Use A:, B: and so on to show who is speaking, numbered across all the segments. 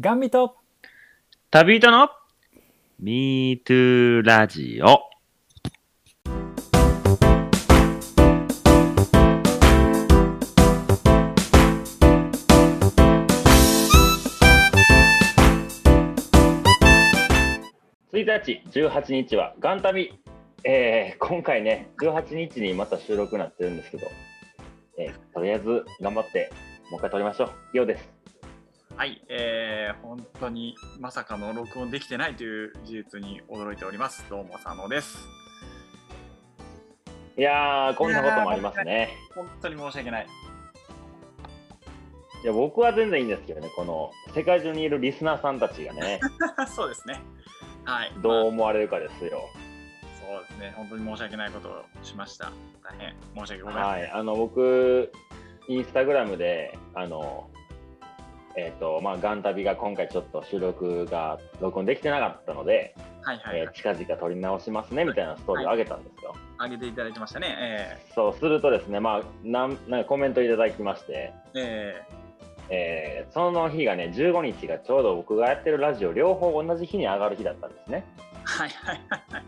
A: ガンビと
B: 旅人の Me Too ラジオ。1日、18日はガン旅。えー、今回ね、18日にまた収録になってるんですけど、えー、とりあえず頑張って、もう一回撮りましょう。ようです。
C: はい、えー、本当にまさかの録音できてないという事実に驚いております。どうも佐野です。
B: いやー、こんなこともありますね。
C: 本当に申し訳ない。
B: いや僕は全然いいんですけどね、この世界中にいるリスナーさんたちが ね、
C: そうですね。はい。
B: どう
C: ま
B: 思われるかですよ。
C: あそうですね。本当に申し訳ないことをしました。大変申し訳ございません。
B: はい、あの僕、インスタグラムで、あの、えっ、と、まあ、ガン旅が今回ちょっと収録が録音できてなかったので、
C: はい、はい、
B: えー近々撮り直しますねみたいなストーリーを上げたんですよ。
C: 上げていただきましたね。え
B: そうするとですね、まあ、なんなんかコメントいただきまして、
C: ー、えー
B: えーその日がね、15日がちょうど僕がやってるラジオ、両方同じ日に上がる日だったんですね。
C: はい はいはいはい。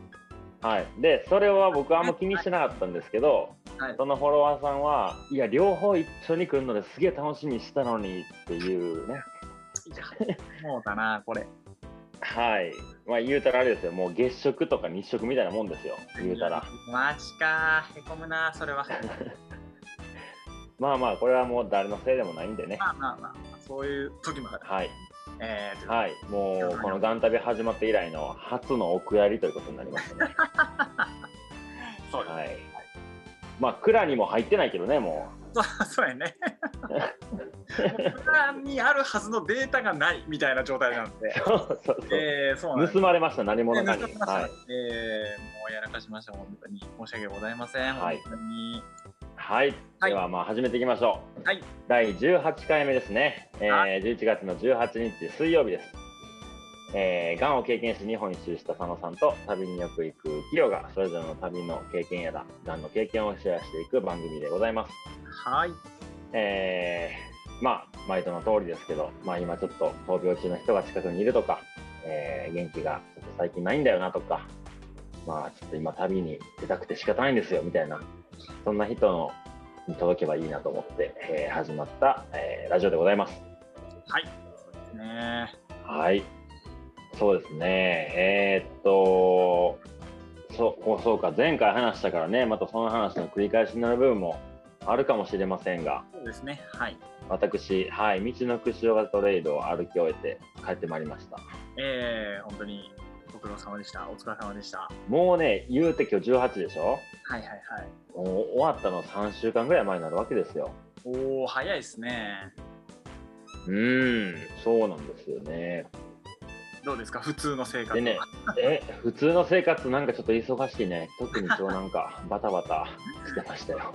B: はい、でそれは僕はあんま気にしてなかったんですけど、
C: はい
B: そのフォロワーさんはいや両方一緒に来るのですげえ楽しみにしたのにっていうね
C: いやもうだな、これ。
B: はいまあ言うたらあれですよもう月食とか日食みたいなもんですよ言うたら。
C: マジか、へこむな、それは。
B: まあまあこれはもう誰のせいでもないんでね
C: まあまあまあ、そういう時もある。
B: はい
C: えーということで
B: はいもうこの「ガン旅」始まって以来の初の奥やりということになりましたね
C: そうです
B: はいまあ蔵にも入ってないけどねも
C: そう そうや ね。プランにあるはずのデータがないみたいな状態なん
B: う
C: で。
B: そうそうそう
C: えー、そうなんです。
B: 盗まれました何者かに
C: 盗まれました
B: はい
C: えー、もうやらかしました、本当に。申し訳ございません。
B: はい
C: 本当に。
B: はい、
C: はい
B: ではまあ始めていきましょう。
C: はい
B: 第18回目ですね。え
C: は
B: ー、11月の18日水曜日です。えー、がんを経験し日本一周した佐野さんと旅によく行く企業がそれぞれの旅の経験やらがんの経験をシェアしていく番組でございます。
C: はい。
B: えー、まあ毎度の通りですけど、まあ今ちょっと闘病中の人が近くにいるとか、えー、元気がちょっと最近ないんだよなとか、まあちょっと今旅に出たくて仕方ないんですよみたいな、そんな人のに届けばいいなと思って、えー始まった、えーラジオでございます。
C: はい。そうですね。
B: はい。そうですね。えーっと、そう、こうそうか、前回話したからね、またその話の繰り返しになる部分もあるかもしれませんが、
C: そうですね。はい。
B: 私、はい、道のくしおがトレイドを歩き終えて帰ってまいりました。
C: えー、本当にご苦労様でした。お疲れ様でした。は
B: もうね、言うて今日18でしょ
C: いはいはい。
B: もう終わったの3週間ぐらい前になるわけですよ。
C: おー、早いですね。
B: うーん、そうなんですよね。
C: どうですか、普通の生活は
B: でね、え、普通の生活なんかちょっと忙しいね。特に今日なんかバタバタしてましたよ。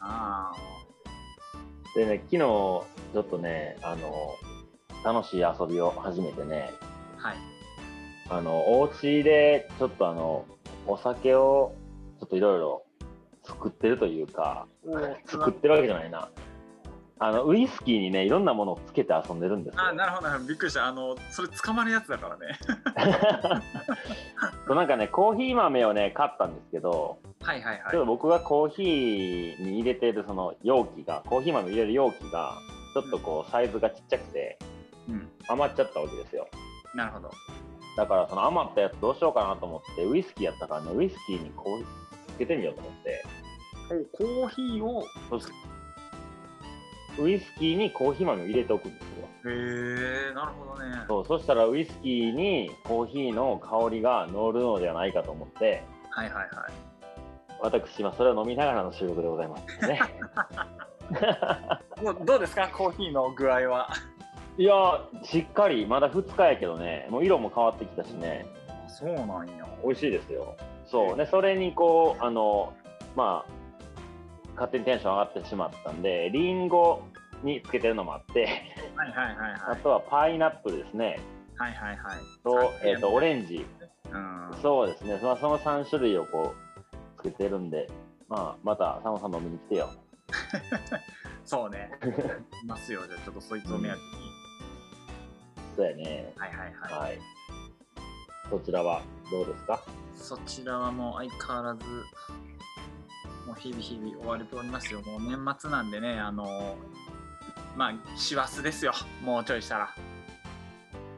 C: あ
B: でね、昨日ちょっとね、あの、楽しい遊びを始めてね、
C: ーはい。
B: あの、お家でちょっとあの、お酒をちょっといろいろ作ってるというか、
C: おー
B: 作ってるわけじゃないな。あのウイスキーにねいろんなものをつけて遊んでるんですよ。
C: あ、なるほど、なるほど。びっくりした。あの、それ捕まるやつだからね。
B: そうなんかねコーヒー豆をね買ったんですけど、
C: はいはいはい
B: ちょっ。と僕がコーヒーに入れてるその容器がコーヒー豆入れる容器がちょっとこうサイズがちっちゃくて
C: うん、
B: 余っちゃったわけですよ。
C: なるほど。
B: だからその余ったやつどうしようかなと思ってウイスキーやったからねウイスキーにこうつけてみようと思って
C: コーヒーを。
B: そしウイスキーにコーヒー豆を入れておくんですよ。
C: へえ、なるほどね。
B: そうそしたらウイスキーにコーヒーの香りが乗るのではないかと思って
C: はいはいはい。
B: 私はそれを飲みながらの収録でございます ね
C: もうどうですか、コーヒーの具合は。
B: いやーしっかりまだ2日やけどねもう色も変わってきたしね
C: そうなんや。
B: 美味しいですよそうねそれにこうあのまあ勝手にテンション上がってしまったんでリンゴにつけてるのもあって、
C: はいはいはいは
B: あ
C: い。
B: とはパイナップルですね
C: はいはいはい。
B: と,、えー、とオ
C: 俺。
B: レンジ
C: うん。
B: そうですね、まあ、その3種類をこうつけてるんで、まあ、またサモさん飲みに来てよ。
C: そうね。いますよ。じゃあちょっとそいつを目当てに。
B: そうやね。
C: はいはいはい。
B: はい。そちらはどうですか
C: そちらはもう相変わらず、もう日々日々追われておりますよ。もう年末なんでね、あのまあ、師走ですよ。もうちょいしたら。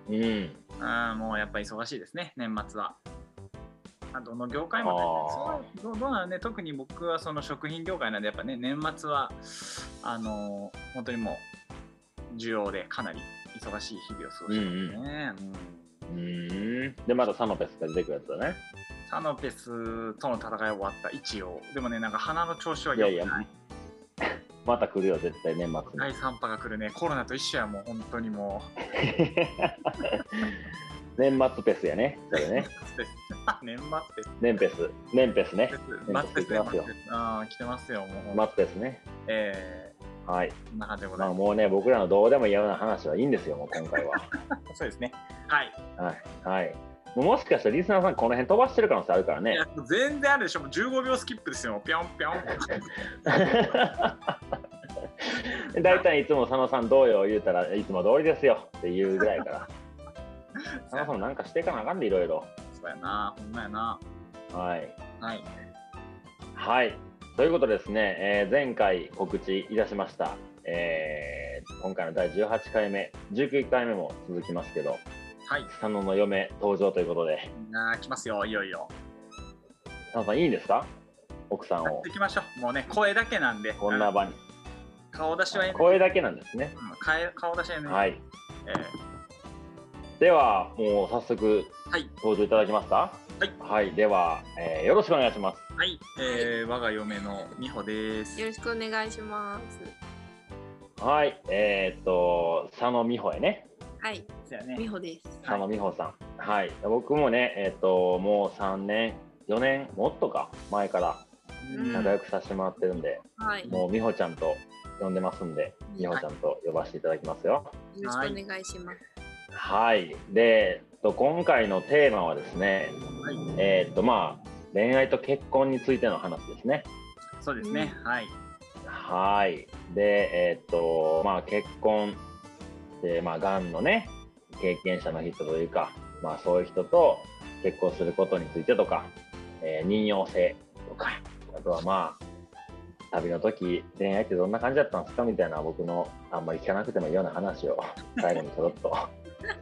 B: うん。
C: うん、もうやっぱ忙しいですね、年末は。あどの業界も大変そうどうどうなのね、特に僕はその食品業界なんで、やっぱね、年末は、あの本当にもう、需要でかなり忙しい日々を過ごしてますね。うん
B: うーん。で、まだサノペスが出てくるやつだね。
C: サノペスとの戦い終わった一応でもねなんか鼻の調子は
B: 良くない
C: 良
B: いや
C: く
B: いや
C: ない
B: また来るよ、絶対年末に。
C: 第3波が来るねコロナと一緒やもう 本当にも
B: 年末ペスやね。
C: う
B: それね。
C: 年末です
B: 年ペス。年ペスね。
C: 年末です
B: 来てますよ
C: 年末ですああ来てますよもう、
B: 末ペスね。
C: え
B: はい。
C: ー、こんな感じでござ
B: ま
C: い
B: あ
C: ま
B: もうね、僕らのどうでも嫌な話はいいんですよ、もう今回は。
C: すそうですねはい、
B: はい。はい。もうもしかしたらリスナーさん、この辺飛ばしてる可能性あるから
C: い
B: ね
C: や。もう全然あるでしょもう15秒スキップですよぴょんぴ ょん
B: 大体いつも佐野さんどうよ言うたらいつも通りですよっていうぐらいから佐野さんもなんかしていかなあかんでいろいろ
C: そうやなほんまやな
B: はい
C: はい
B: はいということでですね、えー前回告知いたしました、えー今回の第18回目19回目も続きますけど
C: はい
B: 佐野の嫁登場ということで
C: なあ来ますよいよいよ
B: 佐野さんいいんですか奥さん
C: やっ
B: を
C: ていきましょうもうね声だけなんで
B: こんな場に
C: 顔出しは NG
B: 声だけなんですね
C: うんかえ顔出しは NG
B: はい
C: えー
B: ではもう早速
C: はい
B: 登場いただきますかはい、では、えーよろしくお願いします
C: はい、えー、我が嫁の美穂です。
A: よろしくお願いします。
B: はい、えーっと、佐野美穂やね。
A: はい、
C: そうや
A: 美
C: ね。
A: 穂です。
B: 佐野美穂さん。はい、僕もね、えーっと、もう3年、4年、もっとか、前から
A: うん
B: 仲良くさせてもらってるんで、
A: はい、よ
B: もう美穂ちゃんと呼んでますんで、
A: うん
B: 美穂ちゃんと呼ばせていただきますよ。
A: ろしくお願いします。
B: はい、で、えーっと今回のテーマはですね、
C: はい、
B: えーっと、まあ、恋愛と結婚についての話ですね。
C: そうですね。はい。
B: はい。で、えーっと、まあ、結婚で、まあ、がんのね、経験者の人というか、まあ、そういう人と結婚することについてとか、えー妊用性とか、あとはまあ、旅の時、恋愛ってどんな感じだったんですかみたいな、僕のあんまり聞かなくてもいいような話を最後にちょろっと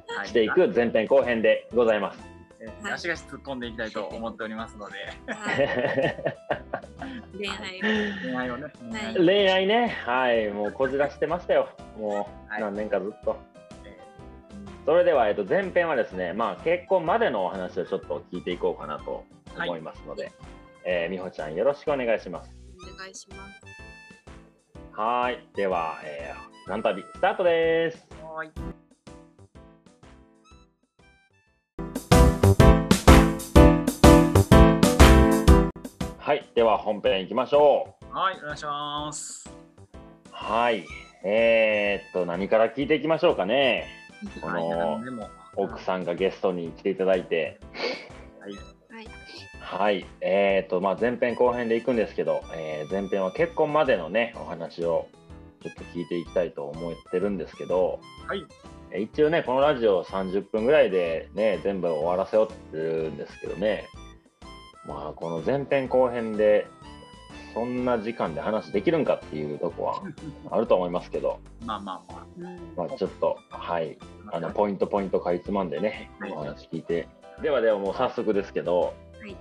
C: はい、
B: していく前編後編でございます。
C: えー。足が突っ込んでいきたいと思っておりますので、
A: はい、恋愛を。
C: 恋愛をね、恋愛を
A: はい
B: 恋愛ね、はい、もうこじらしてましたよ。も
C: は
B: う
C: い
B: 何年かずっと。
C: え
B: それでは、えっと、前編はですね、まあ、結婚までのお話をちょっと聞いていこうかなと思いますので、えー美穂ちゃんよろしくお願いします。
A: お願いします。
B: はーい、では、えー、何旅スタートです。
C: ーはーい。
B: はい、では本編行きましょう。
C: はい、お願いします。
B: はい、えー、っと、何から聞いていきましょうかね。こ
C: はい、
B: の
C: でも、
B: 奥さんがゲストに来ていただいて、
C: はい、
A: はい、
B: はい、えーとまあ、前編後編で行くんですけど、えー前編は結婚までのねお話をちょっと聞いていきたいと思ってるんですけど、
C: はい、
B: えー一応ねこのラジオ30分ぐらいでね全部終わらせようってるんですけどねまあこの前編後編でそんな時間で話できるんかっていうとこはあると思いますけど、
C: まあまあま
A: うん、
B: まあ、ちょっとはい
C: あ。
B: あのポイントポイントかいつまんでね、
C: はい
B: お話聞いて。ではではもう早速ですけど、
A: はい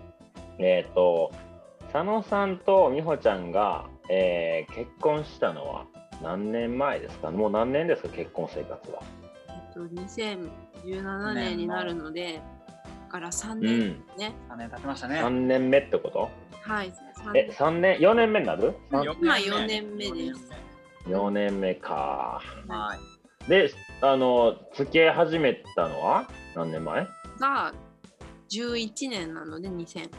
B: えっ、と佐野さんと美穂ちゃんが、えー結婚したのは何年前ですかもう何年ですか結婚生活は。
A: えっと、2017年になるので、だから3
B: う
A: 年、
B: ん、
A: ね、
C: 三年経ちましたね。
B: 3年目ってこと
A: はい、三
B: え
A: 年
B: 3年4年目になる
C: 四
A: 今
C: 目
A: 四年目です
C: 四年
B: ?4 年目か。
C: 目はい。
B: であの付き合い始めたのは何年前
A: が11年なので2000。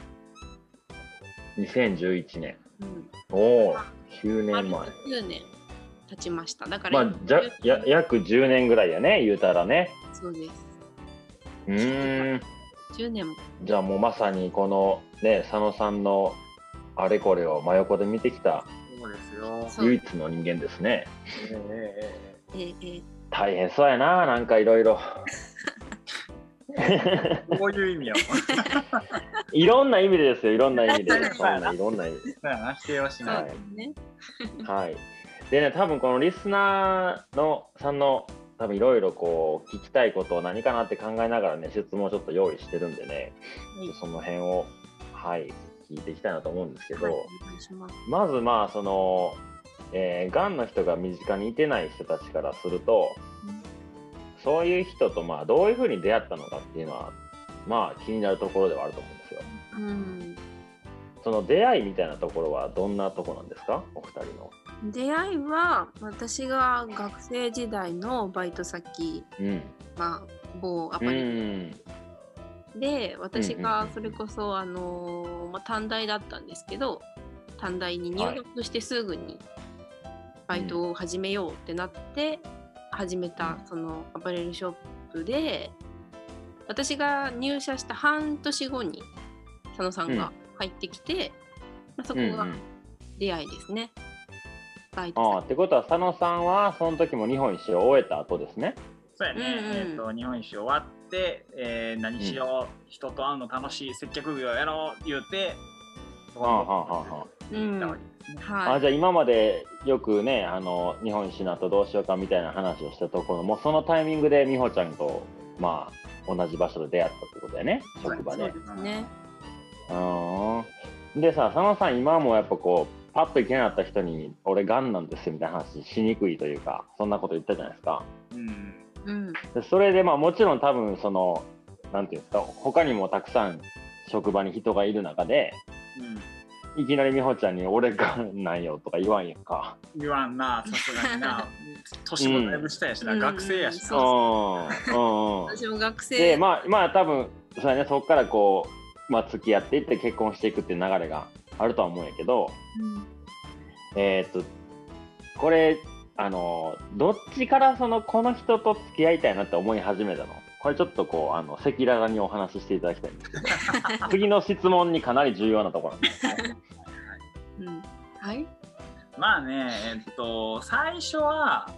B: ?2011 年。
A: うん、
B: おお9
A: 丸
B: 年前。
A: 9年経ちました。だか
B: ま
A: ら、
B: あ、じゃや約10年ぐらいやね言うたらね
A: そうです。
B: うーん
A: 10年も。
B: じゃあもうまさにこのね佐野さんのあれこれを真横で見てきた
C: そうですよ。
A: そう
B: 唯一の人間ですね
C: えーえーえ
A: えーえー
B: 大変そうやな、なんかいろい ろ。
C: こういう意味よ。
B: いろんな意味でですよ、いろんな意味で。
C: はい
B: そんないろんな意味で。
C: だからな否定はし
A: そ
C: な
B: は
A: う
C: い。
A: ですね。
B: はい。でね、多分このリスナーのさんの、多分いろいろこう、聞きたいことを何かなって考えながらね、質問をちょっと用意してるんでね、その辺を、はい、聞いていきたいなと思うんですけど、
A: はい、お願いします。
B: まずまあ、その、えー、がんの人が身近にいてない人たちからすると、そういう人とまあどういうふうに出会ったのかっていうのはまあ気になるところではあると思うんですよ。
A: うん。
B: その出会いみたいなところはどんなとこなんですかお二人の。
A: 出会いは私が学生時代のバイト先、
B: うん。
A: まあ、某アパ
B: う
A: レル
B: ん。
A: で私
B: うんうんうんう
A: が
B: ん
A: それこそあのーまあ、短大だったんですけど短大に入学してすぐにバイトを始めようってなって始めたそのアパレルショップで私が入社した半年後に佐野さんが入ってきて、まあ、そこ
B: うんう
A: が
B: ん、
A: 出会いですね。バイ
B: ああっ
A: ト
B: てことは佐野さんはその時も日本一周を終えた後ですね。
C: そうやね、
A: うんうん
C: えっと日本一周終わって、えー何しよう、人と会うの楽しい接客業やろう言うてそ
B: はあはあはあは
A: 先、う
C: 行っ
A: ん
C: たわけですね、
B: あ、
A: は
B: あじゃあ今までよくねあの日本一周の後どうしようかみたいな話をしたところもうそのタイミングで美穂ちゃんとまあ同じ場所で出会ったってことだよね職
A: い、
B: 場
A: そう
B: で。
A: ですね。
B: うんでさ佐野さん今もやっぱこうパッと行けなかった人に「俺がんなんですよ」みたいな話しにくいというかそんなこと言ったじゃないですか
C: うん
A: うん、
B: でそれでまあもちろん多分そのなんていうんですか他にもたくさん職場に人がいる中で
C: うん
B: いきなり美穂ちゃんに「俺がんなんよ」とか言わんやんか
C: 言わんなさすがに な年もだいぶ下やしな、
A: うん
C: 学生やし
B: う
A: そ
C: な、
A: うん
B: うんうん
A: 私も学生
B: でまあまあ多分そうやねそこからこう、まあ、付き合っていって結婚していくっていう流れがあるとは思うんやけど、
A: うん
B: えーっとこれあのどっちからそのこの人と付き合いたいなって思い始めたのこれちょっとこうあの赤裸々にお話ししていただきたいんですけど次の質問にかなり重要なところなんですね
A: うん、はい、
C: まあねえっと最初は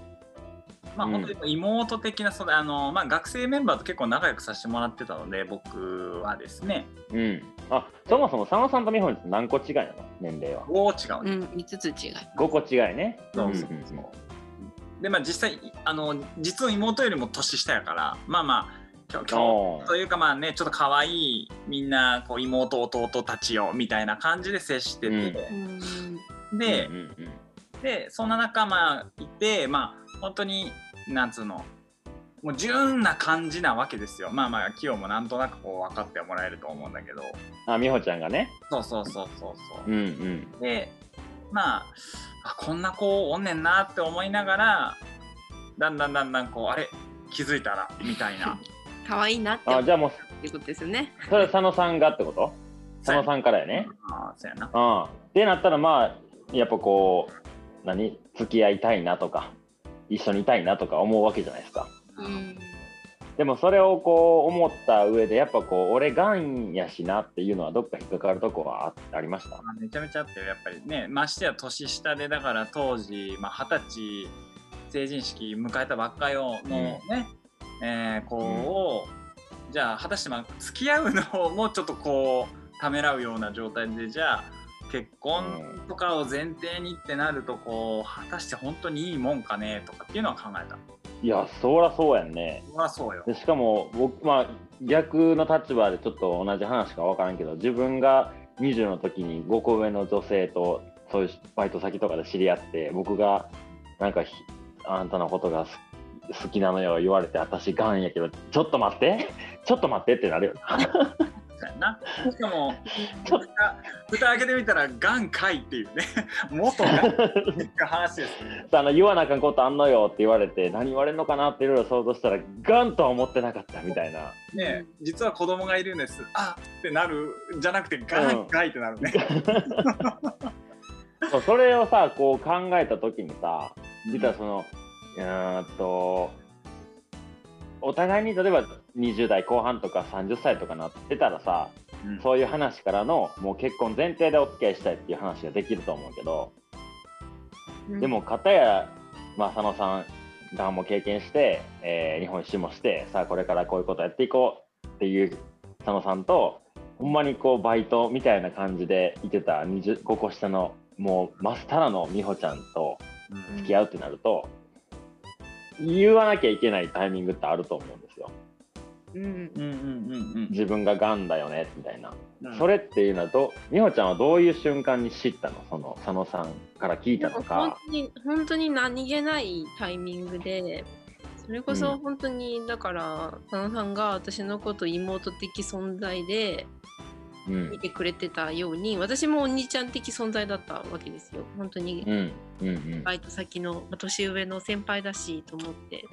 C: まあ
B: うん
C: 本当に妹的な、それあのまあ、学生メンバーと結構仲良くさせてもらってたので僕はですね
B: うんあそもそも佐野さんと美穂って何個違いなの年齢は
C: おお違う
A: うん、5つ違い。
B: 5個違いね
C: そうそうん
B: ん
C: でまあ実際あの実の妹よりも年下やからまあまあきょきょ
B: おー
C: というかまあねちょっと可愛いみんなこう妹弟たちよみたいな感じで接してて
A: う、ん
C: で
B: う、んうん
C: でそんな中まあいてまあ本当になんつうのもう純な感じなわけですよまあまあキヨもなんとなくこう分かってもらえると思うんだけど
B: あ美穂ちゃんがね
C: そうそうそうそうそ
B: う
C: う
B: んうん
C: でまああこんな子おんねんなって思いながらだんだんだんだんこうあれ気づいたらみたい な
A: 可愛いなって思
B: あ
A: っ
B: じゃあもう
A: たっていうことですよね。
B: それは佐野さんがってこと佐野さんからやね
C: あーそうやな
B: うんってなったらまあやっぱこう何付き合いたいなとか一緒にいたいなとか思うわけじゃないですか
A: うん、
B: でもそれをこう思った上でやっぱこう俺がんやしなっていうのはどっか引っかかるとこはあありました
C: まあめちゃめちゃあってやっぱりねましてや年下でだから当時まあ二十、歳成人式迎えたばっかよのね、えー子を、じゃあ果たしてまあ付き合うのもちょっとこうためらうような状態でじゃあ結婚とかを前提にってなるとこう果たして本当にいいもんかねとかっていうのは考えた。
B: いやそらそうやんね
C: そりゃそうよ。
B: でしかも僕まあ逆の立場でちょっと同じ話か分からんけど自分が20の時に5個上の女性とそういうバイト先とかで知り合って僕がなんかひあんたのことがす好きなのよ言われて私がんやけどちょっと待って ちょっと待ってってなるよな
C: そうやなしかも
B: ちょっ
C: 蓋蓋開けてみたら眼科いっていうね元が話ですね。
B: あの言わなあかんことあんのよって言われて何言われるのかなっていろいろ想像したらがんとは思ってなかったみたいな
C: ね、実は子供がいるんです。あってなるじゃなくてガンガイってなるね。
B: そうそれをさこう考えた時にさ実はそのうーんとお互いに例えば20代後半とか30歳とかなってたらさ
C: うん
B: そういう話からのもう結婚前提でお付き合いしたいっていう話ができると思うけどでも片や、まあ、佐野さん段も経験して、えー日本一周もしてさあこれからこういうことやっていこうっていう佐野さんとほんまにこうバイトみたいな感じでいてた20 5個下のもうまっさらの美穂ちゃんと
C: うん
B: 付き合うってなると、言わなきゃいけないタイミングってあると思うんですよ。
A: うん
C: うんうん
B: 自分ががんだよねみたいな。
C: うんうん
B: それっていうのはど美穂ちゃんはどういう瞬間に知ったのその佐野さんから聞いたの
A: 本
B: か。
A: 当に本当に何気ないタイミングでそれこ
B: う
A: そ
B: ん
A: 本当に、だから佐野さんが私のこと妹的存在で
B: うん
A: 見てくれてたように私もお兄ちゃん的存在だったわけですよ本当に
B: うんうん
A: バイト先のまあ年上の先輩だしと思って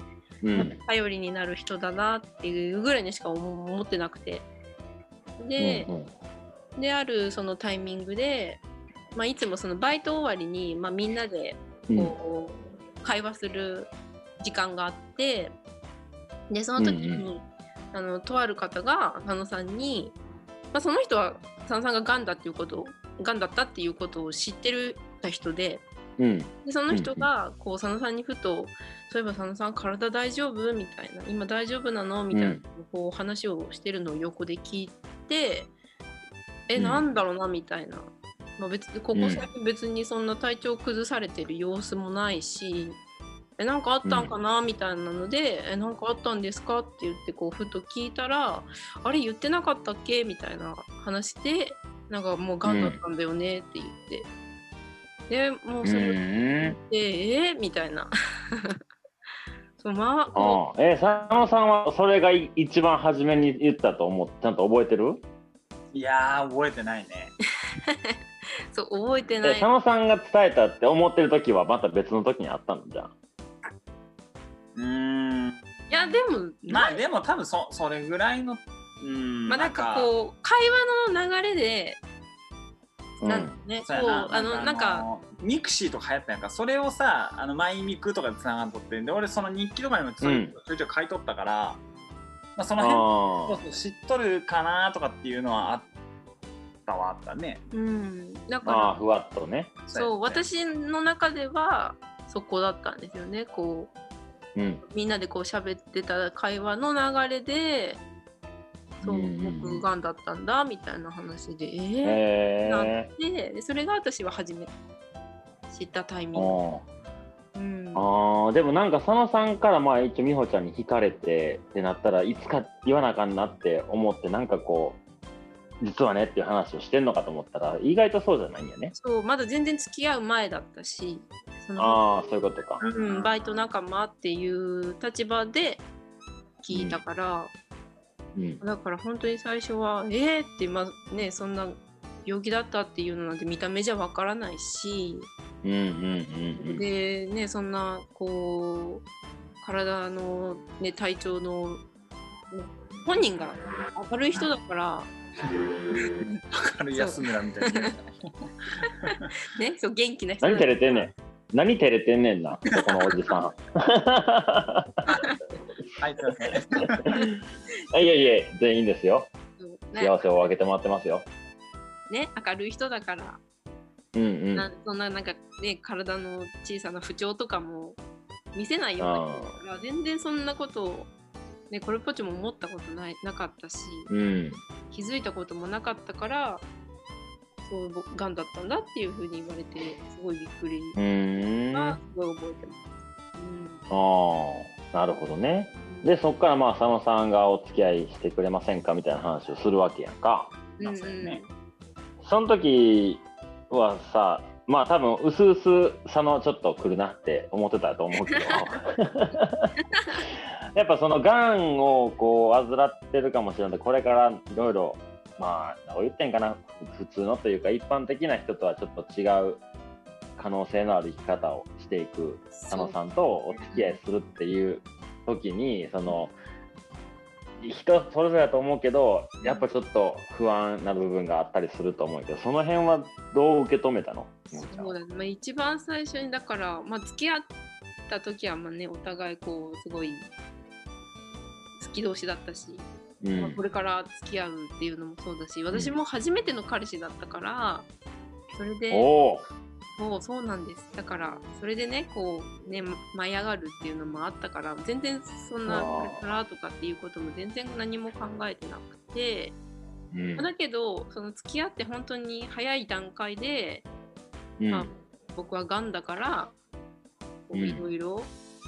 B: うんうん
A: 頼りになる人だなっていうぐらいにしか思思ってなくてで、
B: うんうん
A: であるそのタイミングで、まあ、いつもそのバイト終わりに、まあ、みんなで
B: うん
A: こう会話する時間があってでその時に、
B: うん
A: あのとある方が佐野さんに、まあ、その人は佐野さんががんだっていうことをがんだったっていうことを知ってるた人で
B: うん
A: でその人がこう佐野さんにふと「そういえば佐野さん体大丈夫?」みたいな「今大丈夫なの?」みたいな、
B: うん
A: こう話をしてるのを横で聞いて「え
B: うん
A: なんだろうな?」みたいな、まあ、別にここ
B: うん
A: 最近別にそんな体調崩されてる様子もないし。えなんかあったんかなみたいなので「えなんかあったんですか?」って言ってこうふと聞いたら「あれ言ってなかったっけ?」みたいな話でなんかもうがんだったんだよねって言って、でもうそれ
B: う
A: を
B: ん
A: でえーみたいな そうまあこ
B: ああえ佐野さんはそれがい一番初めに言ったと思ってちゃんと覚えてる
C: いやー覚えてないね
A: うそう覚えて
B: え
A: ない
B: 佐野さんが伝えたって思ってる時はまた別の時にあったのじゃあ
C: うーん
A: いやでも
C: まあでも多分そそれぐらいのうん
A: まあなんかこう会話の流れで、
B: うん
A: なんだろうねこ
C: そうや
A: う
C: な
A: あのなんか
C: ミクシーとか流行ったやんかそれをさあのマイミクとかでつながっとってで俺その日記とかにもちょいちょいちょい書いとったから、まあ、その辺
B: あ
C: そうそう知っとるかなとかっていうのはあったはあったね
A: うんだ
B: あああ
A: か
B: ふわっとね
A: らそう
C: やね
A: 私の中ではそこだったんですよねこう
B: うん
A: みんなでこう喋ってた会話の流れでそう
B: うんうんうん
A: 僕がんだったんだみたいな話でえー
B: へ
A: な
B: え
A: ででそれが私は初めて知ったタイミング。
B: ああ
A: うん
B: あーでもなんか佐野さんからまあ一応美穂ちゃんに惹かれてってなったらいつか言わなあかんなって思ってなんかこう実はねっていう話をしてんのかと思ったら意外とそうじゃないんやね
A: そうまだ全然付き合う前だったしその、
B: ああそういうことか
A: うん、バイト仲間っていう立場で聞いたから、
B: うん
A: だから本当に最初は「えー!」って、まあね、そんな病気だったっていうのなんて見た目じゃわからないし、
B: うんうんうんうん
A: でねそんなこう体の、ね、体調のね本人が明るい人だから、
C: 軽い安村みたいな
A: ね、そう元気な人
B: 何
A: だ
B: 照れてんねん何照れてんねんなこのおじさ
C: はいそうですね
B: んいやいや全員ですよ
A: ね
B: 幸せを分けてもらってますよ
A: ね明るい人だから、
B: うんうん
A: なそんななんかね体の小さな不調とかも見せないような
B: あ
A: 人だから全然そんなことを、ね、これっぽっちも思ったことないなかったし
B: ーうん
A: 気づいたこともなかったからそう僕がんだったんだっていうふうに言われてすごいびっくり
B: うーん
A: が
B: あ
A: すごい覚えてます。うん
B: あなるほどねでそっからまあ佐野さんがお付き合いしてくれませんかみたいな話をするわけやんか
A: うん
C: そうですね
B: その時はさまあ多分うすうす佐野ちょっと来るなって思ってたと思うけどやっぱそのがんをこう患ってるかもしれないこれからいろいろまあどう言ってんかな普通のというか一般的な人とはちょっと違う可能性のある生き方をしていく佐野さんとお付き合いするっていう時にその人それぞれだと思うけどやっぱちょっと不安な部分があったりすると思うけどその辺はどう受け止めたの
A: そうだね、まあ、一番最初にだから、まあ、付き合った時はまあ、ね、お互いこうすごい好き同士だったし、
B: う
A: まあ、
B: ん
A: これから付き合うっていうのもそうだし私も初めての彼氏だったからそれで
B: おお
A: そうそうなんですだからそれでねこうね舞い上がるっていうのもあったから全然そんな
B: あー
A: これからとかっていうことも全然何も考えてなくて
B: うん
A: だけどその付き合って本当に早い段階で
B: うん
A: あ僕はがんだからこう
B: うん
A: いろいろ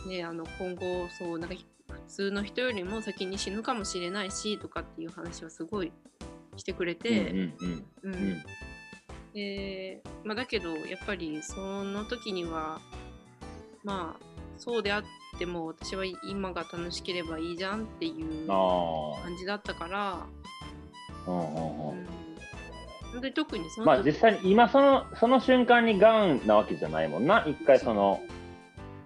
A: ねあの今後そうなんかひ普通の人よりも先に死ぬかもしれないしとかっていう話はすごいしてくれ
B: うん
A: て、
B: うん
A: うん
B: うんうん
A: でまあ、だけどやっぱりその時にはまあそうであっても私は今が楽しければいいじゃんっていう感
B: あ
A: じだったから、
B: あうんうん
A: う
B: うん
A: ん、本当に特にその
B: まあ実際に今そのその瞬間にがんなわけじゃないもんな一回その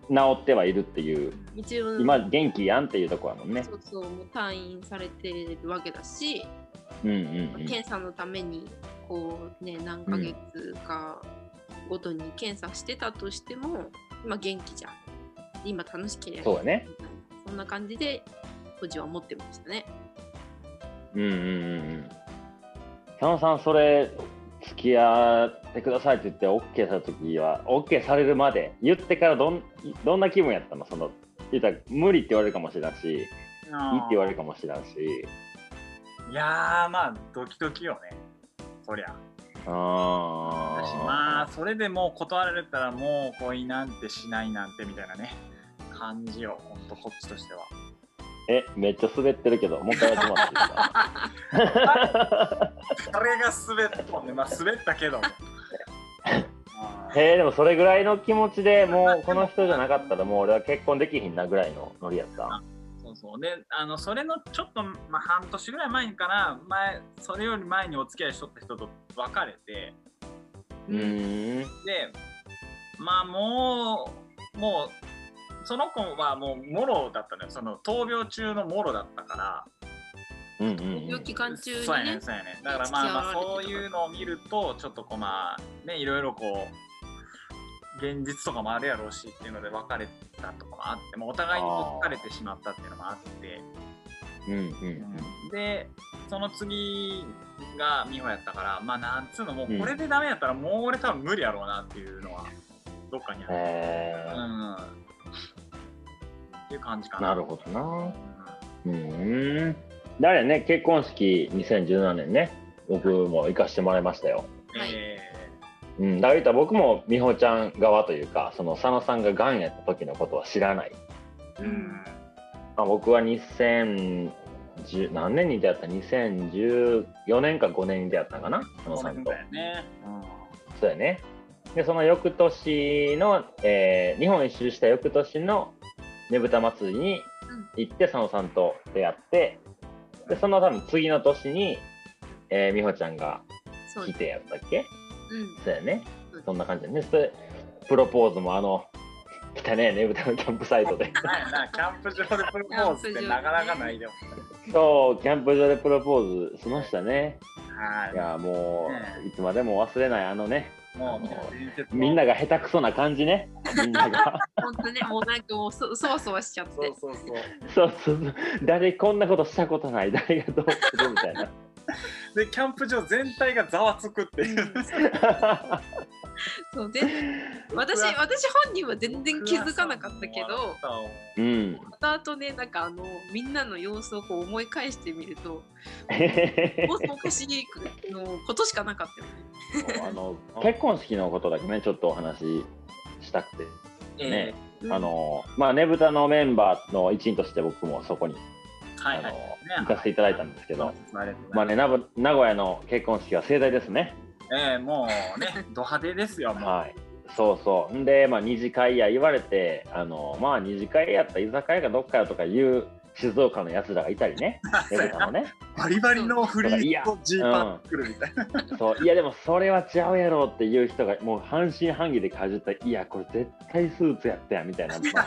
B: 治ってはいるっていう
A: 一応
B: 今元気やんっていうところやもんね
A: そうそうもう退院されてるわけだし、
B: うんうん
A: 検査のためにこうね何ヶ月かごとに検査してたとしても、今元気じゃん今楽しければ
B: そうだね
A: みたいなそんな感じで当時は思ってましたね
B: うんうんうんうん佐野さんそれ付き合ってくださいって言って OK された時は OK されるまで言ってからどんどんな気分やったのその言ったら無理って言われるかもしれんしいいって言われるかもしれんし
C: いやーまあドキドキよねそりゃだしま
B: あ
C: あそれでもう断られたらもう恋なんてしないなんてみたいなね感じよほんとこっちとしては
B: ーえめっちゃ滑ってるけどもう一回やってもらっていいですか
C: それが滑ったねまあ滑ったけどもあー
B: へえでもそれぐらいの気持ちでもうこの人じゃなかったらもう俺は結婚できひんなぐらいのノリやった
C: そうそうであのそれのちょっと、まあ、半年ぐらい前から前それより前にお付き合いしとった人と別れて
B: うーん
C: でまあもうもうその子はもうもろだったのよその闘病中のもろだったか
B: う
C: ら
B: んうんう
A: 病
B: ん
A: 期間中に
C: そうやね
A: ね
C: んそうやねんだからまあまあ
A: 付き合わ
C: そう
A: れてとか
C: いうのを見るとちょっとこうまあねいろいろこう現実とかもあるやろうしっていうので別れたとかもあってもうお互いにもう疲れてしまったっていうのもあって
B: うんうん
C: でその次が美穂やったからまあなんつうのもうこれでダメやったらもう俺多分無理やろうなっていうのはどっかにあ
B: へ
C: る
B: え
C: うんっていう感じかな
B: なるほどな
C: う
B: うーん誰ね結婚式2017年ね僕も行かしてもらいましたよ、
C: ん
A: はい
C: え
B: うん、だから言ったら僕も美穂ちゃん側というかその佐野さんががんやった時のことは知らない、
C: ー
A: う
C: うんん
B: まあ、僕は2010何年に出会った2014年か5年に出会ったんかな佐野
C: そ
B: さ
C: うん
B: と
C: だよねうん
B: そうやねでその翌年の、えー日本一周した翌年のねぶた祭りに行って佐野さんと出会ってでその多分次の年に、えー美穂ちゃんが
A: そう
B: 来てやったっけ
A: うん
B: そうやね
A: そうです
B: そんな感じだねそれプロポーズもあの汚ねえねぶたのキャンプサイトで
C: ないな、キャンプ場でプロポーズってなかなかないよ。
B: そうキャンプ場でプロポーズしましたねい
C: は
B: やも
C: ね
B: ういつまでも忘れないあのね
C: い。もう、
B: みんなが下手くそな感じねみんなが
A: 本当ねもうなんかもうそそわそわしちゃって
C: そうそうそう。
B: そうそうそう誰こんなことしたことない誰がどうするみたい な
C: で、キャンプ場全体がざわつくっていう。
A: そう全私私本人は全然気づかなかったけど
B: うん
A: 後々ねなんかあのみんなの様子をこう思い返してみると もうおかしいのことしかなかったよね。
B: あの結婚式のことだけねちょっとお話ししたくて
C: え
B: あのまあねぶたのメンバーの一員として僕もそこに、
C: ー、はいは
B: あ
C: い。
B: の行かせていただいたんですけど、
C: ありがとうござ
B: まあね、
C: います
B: 名古名古屋の結婚式は盛大ですね、
C: えー、も うね、ド派手ですよ、もう。
B: はい、そうそうんで、まあ、二次会や言われてあのまあ二次会やったら居酒屋かどっかやとかいう静岡のやつらがいたり ねねぶたのね
C: バリバリのフリーとジーパン作るみたいな。
B: そういやでもそれは違うやろっていう人がもう半信半疑でかじったいやこれ絶対スーツやったやんみたいな、ま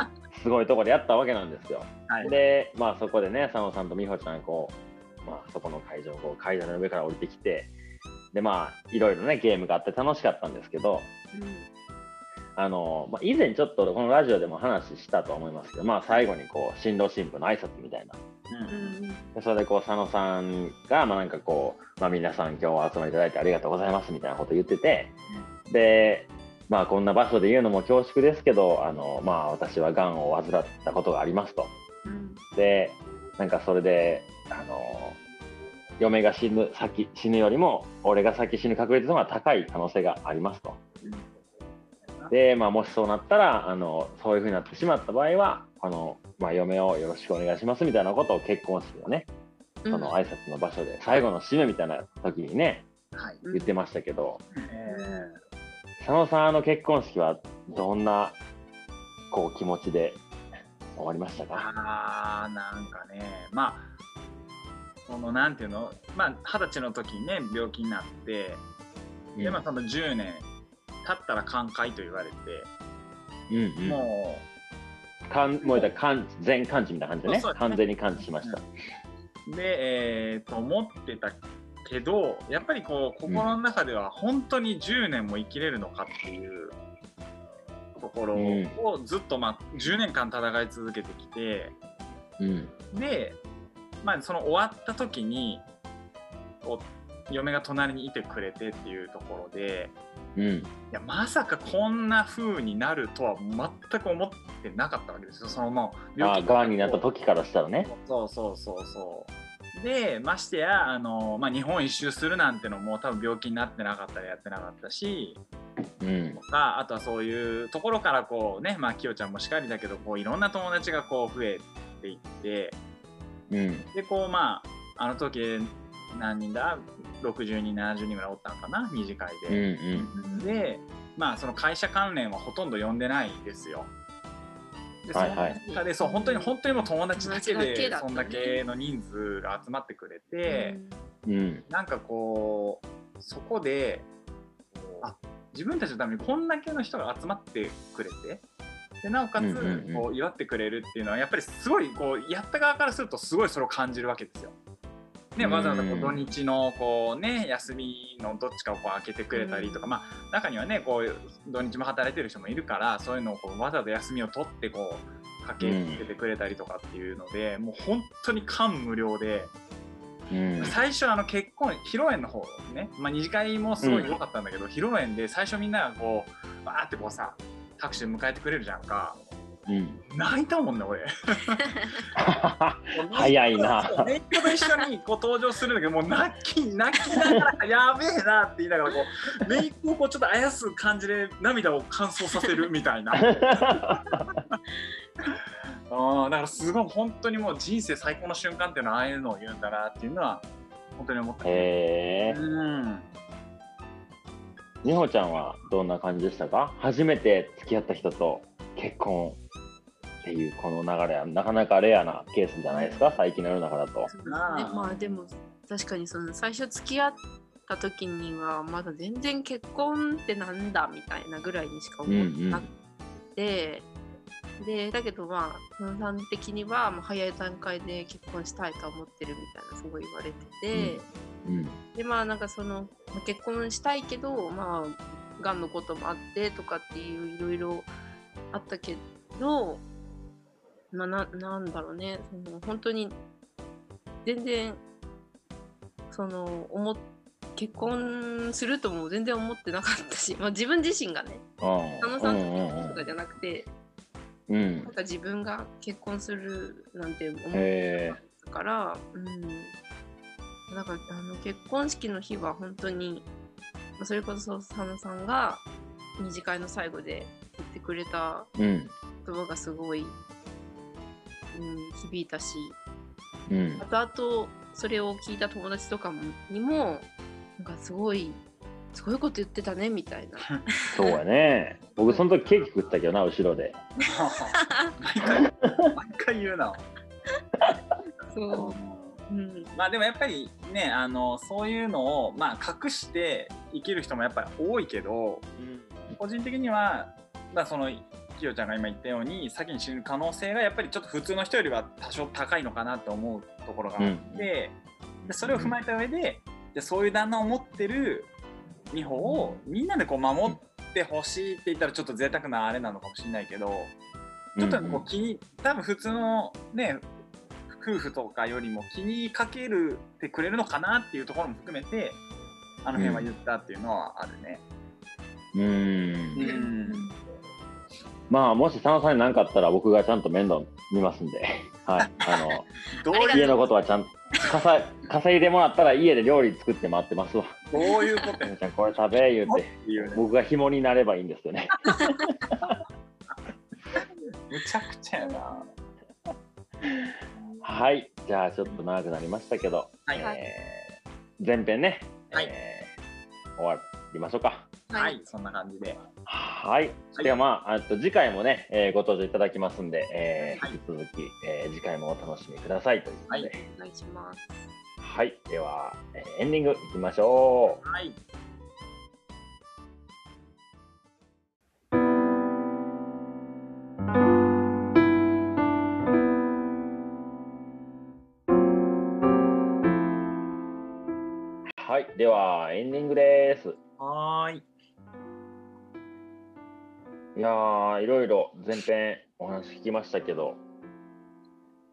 B: あすごいとこでやったわけなんですよ。
C: はい。
B: で、まあ、そこでね、佐野さんと美穂ちゃん、こう、まあ、そこの会場、こう階段の上から降りてきて、で、まあ、いろいろね、ゲームがあって楽しかったんですけど、あの、まあ、以前ちょっとこのラジオでも話したと思いますけど、まあ、最後にこう、新郎新婦の挨拶みたいな。でそれでこう、佐野さんが、まあ、なんかこう、まあ、皆さん今日はお集まりいただいてありがとうございますみたいなこと言ってて、で、まあ、こんな場所で言うのも恐縮ですけど、あのまあ、私はがんを患ったことがありますと。
A: うん
B: で、なんかそれで、あの嫁が死ぬ先死ぬよりも俺が先死ぬ確率の方が高い可能性がありますと。で、まあ、もしそうなったらあのそういうふうになってしまった場合はあの、まあ、嫁をよろしくお願いしますみたいなことを結婚式のねその挨拶の場所で最後の締めみたいな時にね
C: はい。
A: うん
B: 言ってましたけど、
C: え
B: 佐野さんあの結婚式はどんなこう気持ちで終わりました
C: ー、
B: か
C: あーなんかねまあこのなんていうのまあ二十歳の時にね病気になってでまあその10年経ったら寛解と言われて、
B: うんうん
C: も
B: かんもう言ったら完全完治みたいな感じでね
C: そうそうですね
B: 完全に完治しました、
C: うでえーと思ってたけどやっぱりこう心の中では本当に10年も生きれるのかっていうところをずっと、まあ、10年間戦い続けてきて
B: うん
C: で、まあ、その終わった時にこう嫁が隣にいてくれてっていうところで
B: うん
C: いやまさかこんな風になるとは全く思ってなかったわけですよそのもう
B: あ
C: 病
B: あ
C: 気
B: がんになった時からしたらね
C: そうそうそうそう。でましてやあの、まあ、日本一周するなんてのも多分病気になってなかったらやってなかったし
B: うん
C: とかあとはそういうところからこうねまあきよちゃんもしかりだけどこういろんな友達がこう増えていって
B: うん
C: でこうまああの時何人だ60人70人ぐらいおったのかな二次会
B: うんう
C: で。
B: ん
C: でまあその会社関連はほとんど呼んでないですよ。でそ
B: は
C: の
B: いはい
C: 中でそう本当に本当にもう友達だけ
A: 友達だけ
C: で
A: だった
C: そ
A: ね
C: んだけの人数が集まってくれて、
B: うん
C: なんかこうそこであ自分たちのためにこんだけの人が集まってくれてでなおかつ
B: うんうんうん
C: こう祝ってくれるっていうのはやっぱりすごいこうやった側からするとすごいそれを感じるわけですよ。ね、
B: うん
C: わざわざこう土日のこう、ね、休みのどっちかをこう開けてくれたりとか、
A: うん
C: まあ、中にはねこう土日も働いてる人もいるからそういうのをこうわざわざ休みを取ってこう駆けつけてくれたりとかっていうので、もう本当に感無量で。
B: うん
C: 最初あの結婚披露宴の方ね、まあ、二次会もすごい良かったんだけど、披露宴で最初みんながこうバーってこうさタクシー迎えてくれるじゃんか
B: うん、
C: 泣いたもんね俺
B: 早いな。
C: ネイトと一緒にこう登場するんだけどもう泣き泣きながらやべえなって言いながらこう メイクをこうちょっとあやす感じで涙を乾燥させるみた いなあーだからすごい本当にもう人生最高の瞬間っていうのはああいうのを言うんだなっていうのは本当に思った、
B: えー、
C: うん
B: 美穂ちゃんはどんな感じでしたか初めて付き合った人と結婚っていうこの流れはなかなかレアなケースじゃないですか最近の世の中だと。
A: そうですね
C: あー
A: まあでも確かにその最初付き合った時にはまだ全然結婚ってなんだみたいなぐらいにしか思ってなくて、でだけどまあ佐野さん的にはもう早い段階で結婚したいと思ってるみたいなすごい言われてて、
B: うん
A: でまあなんかそのまあ結婚したいけどまあがんのこともあってとかっていういろいろあったけど、まあ、ななんだろうねその本当に全然その思っ結婚するとも全然思ってなかったし、まあ、自分自身がね
B: うん
A: 佐野
B: う
A: さんと
B: んう
A: 結婚とかじゃなくて、
B: んうん
A: なんか自分が結婚するなんて思って
B: へ
A: だから、うん、なんかあの結婚式の日は本当にまあそれこそ佐野さんが二次会の最後で言ってくれた
B: ーうん
A: 言葉がすごい、うん、響いたし
B: うん
A: 後々それを聞いた友達とかもにもなんかすごいすごいこと言ってたねみたいな
B: そうやね。僕その時ケーキ食ったけどな後ろで。
C: 毎回毎回言うな。
A: そう、うん、
C: まあでもやっぱりねあのそういうのを、まあ、隠して生きる人もやっぱり多いけど個人的には、まあ、そのきよちゃんが今言ったように先に死ぬ可能性がやっぱりちょっと普通の人よりは多少高いのかなと思うところがあって、
B: うん
C: でそれを踏まえた上ででそういう旦那を持ってる美穂をみんなでこう守ってほしいって言ったらちょっと贅沢なあれなのかもしれないけど。ちょっとこう気に、多分普通のね、夫婦とかよりも気にかけるってくれるのかなっていうところも含めて、あの辺は言ったっていうのはあるね。
B: う。
C: うんん。
B: まあ、もし佐野さんに何かあったら、僕がちゃんと面倒見ますんで。はい。あの、
C: どう
A: ありが
C: いう
B: 家のことはちゃんと、稼い稼いでもらったら家で料理作って待ってますわ。
C: どういうことや
B: ちゃん、これ食べ、言うて。
C: っていうね
B: 僕が紐になればいいんですよね。
C: むちゃくちゃやな。
B: はい、じゃあちょっと長くなりましたけど、
C: はい
B: えー前編ね、
C: はい
B: えー終わりましょうか。
C: はい、そんな感じで。
B: はい、
C: はい
B: ではまああと次回もね、えーご登場いただきますんで、えー
C: はい
B: 引き続き、えー次回もお楽しみくださいということで、
A: お願いします。
B: はい、では、えーエンディングいきましょう。
C: はい。
B: はい、ではエンディングです。
C: はーい。
B: いやーいろいろ前編お話聞きましたけど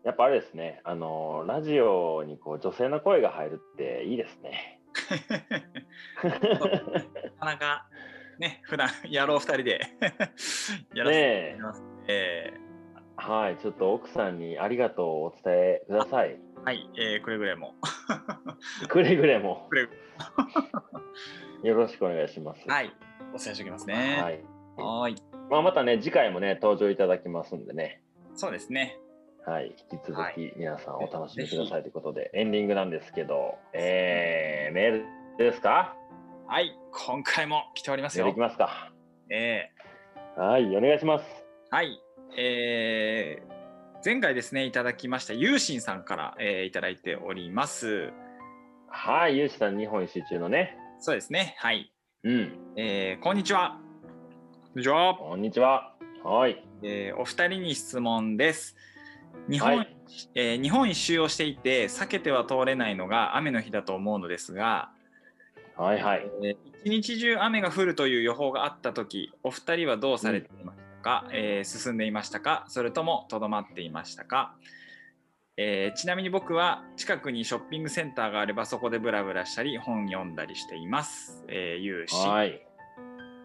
B: やっぱあれですねあのーラジオにこう女性の声が入るっていいですね
C: なかなか、ね、普段やろう二人でやらせていただ
B: ねえ
C: きます。え
B: はいちょっと奥さんにありがとうをお伝えください
C: ーはい、えーくれぐれも。
B: くれぐれも
C: くれ
B: よろしくお願いします
C: はい、お伝えしておきます
B: は
C: ね。
B: い
C: はーい。
B: まあ、またね次回もね登場いただきますんでね
C: そうですね。
B: はい、引き続
C: は
B: き皆さんお楽しみ
C: ぜひ
B: くださいということで、エンディングなんですけど、えー、メールですか
C: はい、今回も来ております
B: メール
C: よ
B: いき。ますか
C: え
B: はいお願いします
C: ーはい、えー前回ですね、いただきました、ゆうしんさんから、えーいただいております。
B: はい、ゆうしさん、日本一周中のね。
C: そうですね。はい。
B: うん、
C: えーこんにちは。こんにちは。
B: こんにちは。はい。
C: えーお二人に質問です。日本,、
B: はい
C: えー日本一周をしていて避けては通れないのが雨の日だと思うのですが、
B: はいはい。
C: えー一日中雨が降るという予報があった時お二人はどうされていましたか、えー進んでいましたかそれともとどまっていましたか、えーちなみに僕は近くにショッピングセンターがあればそこでブラブラしたり本読んだりしています。えー、ゆうしは、
B: はい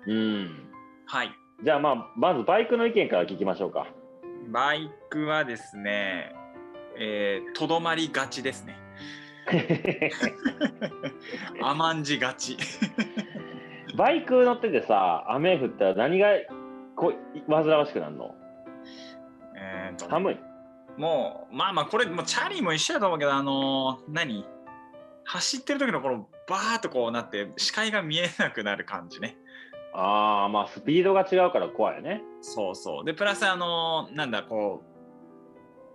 B: い。うん。じゃあ、まあ、まずバイクの意見から聞きましょうか。
C: バイクはですねえーとど、まりがちですね。甘んじがち
B: バイク乗っててさ、雨降ったら何がこう煩わしくなるの
C: えーと
B: 寒い。
C: もうまあまあこれもうチャリも一緒やと思うけどあのー何走ってる時のこのバーッとこうなって視界が見えなくなる感じね
B: ああ、まあ、スピードが違うから怖いよね。
C: そうそうでプラスあのーなんだこ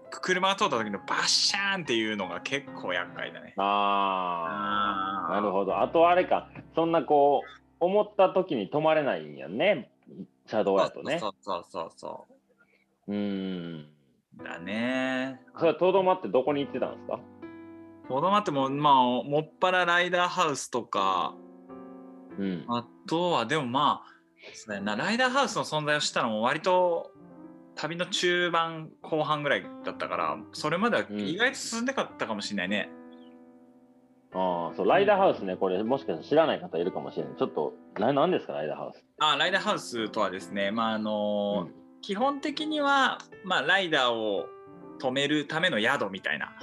C: うく車が通った時のバッシャーンっていうのが結構厄介だね
B: ああ、なる
C: あ
B: ほど。あとあれか、そんなこう、思った時に止まれないんやね。車道
C: あ
B: だとね
C: そ。うそうそうそう
B: ーん。
C: うだね
B: それ、とどまってどこに行ってたんですか
C: とどまってもまあもっぱらライダーハウスとか
B: うん。
C: あとはでもまあそうだよなライダーハウスの存在を知ったのも割と旅の中盤後半ぐらいだったからそれまでは
B: うん
C: 意外と進んでかったかもしれないね、
B: ああ、そう、ライダーハウスね、これ、もしかしたら知らない方いるかもしれない。ちょっと、な何ですか、ライダーハウス。
C: あライダーハウスとはですねまああ
B: う
C: の、
B: ん
C: 基本的には、まあ、ライダーを止めるための宿みたいな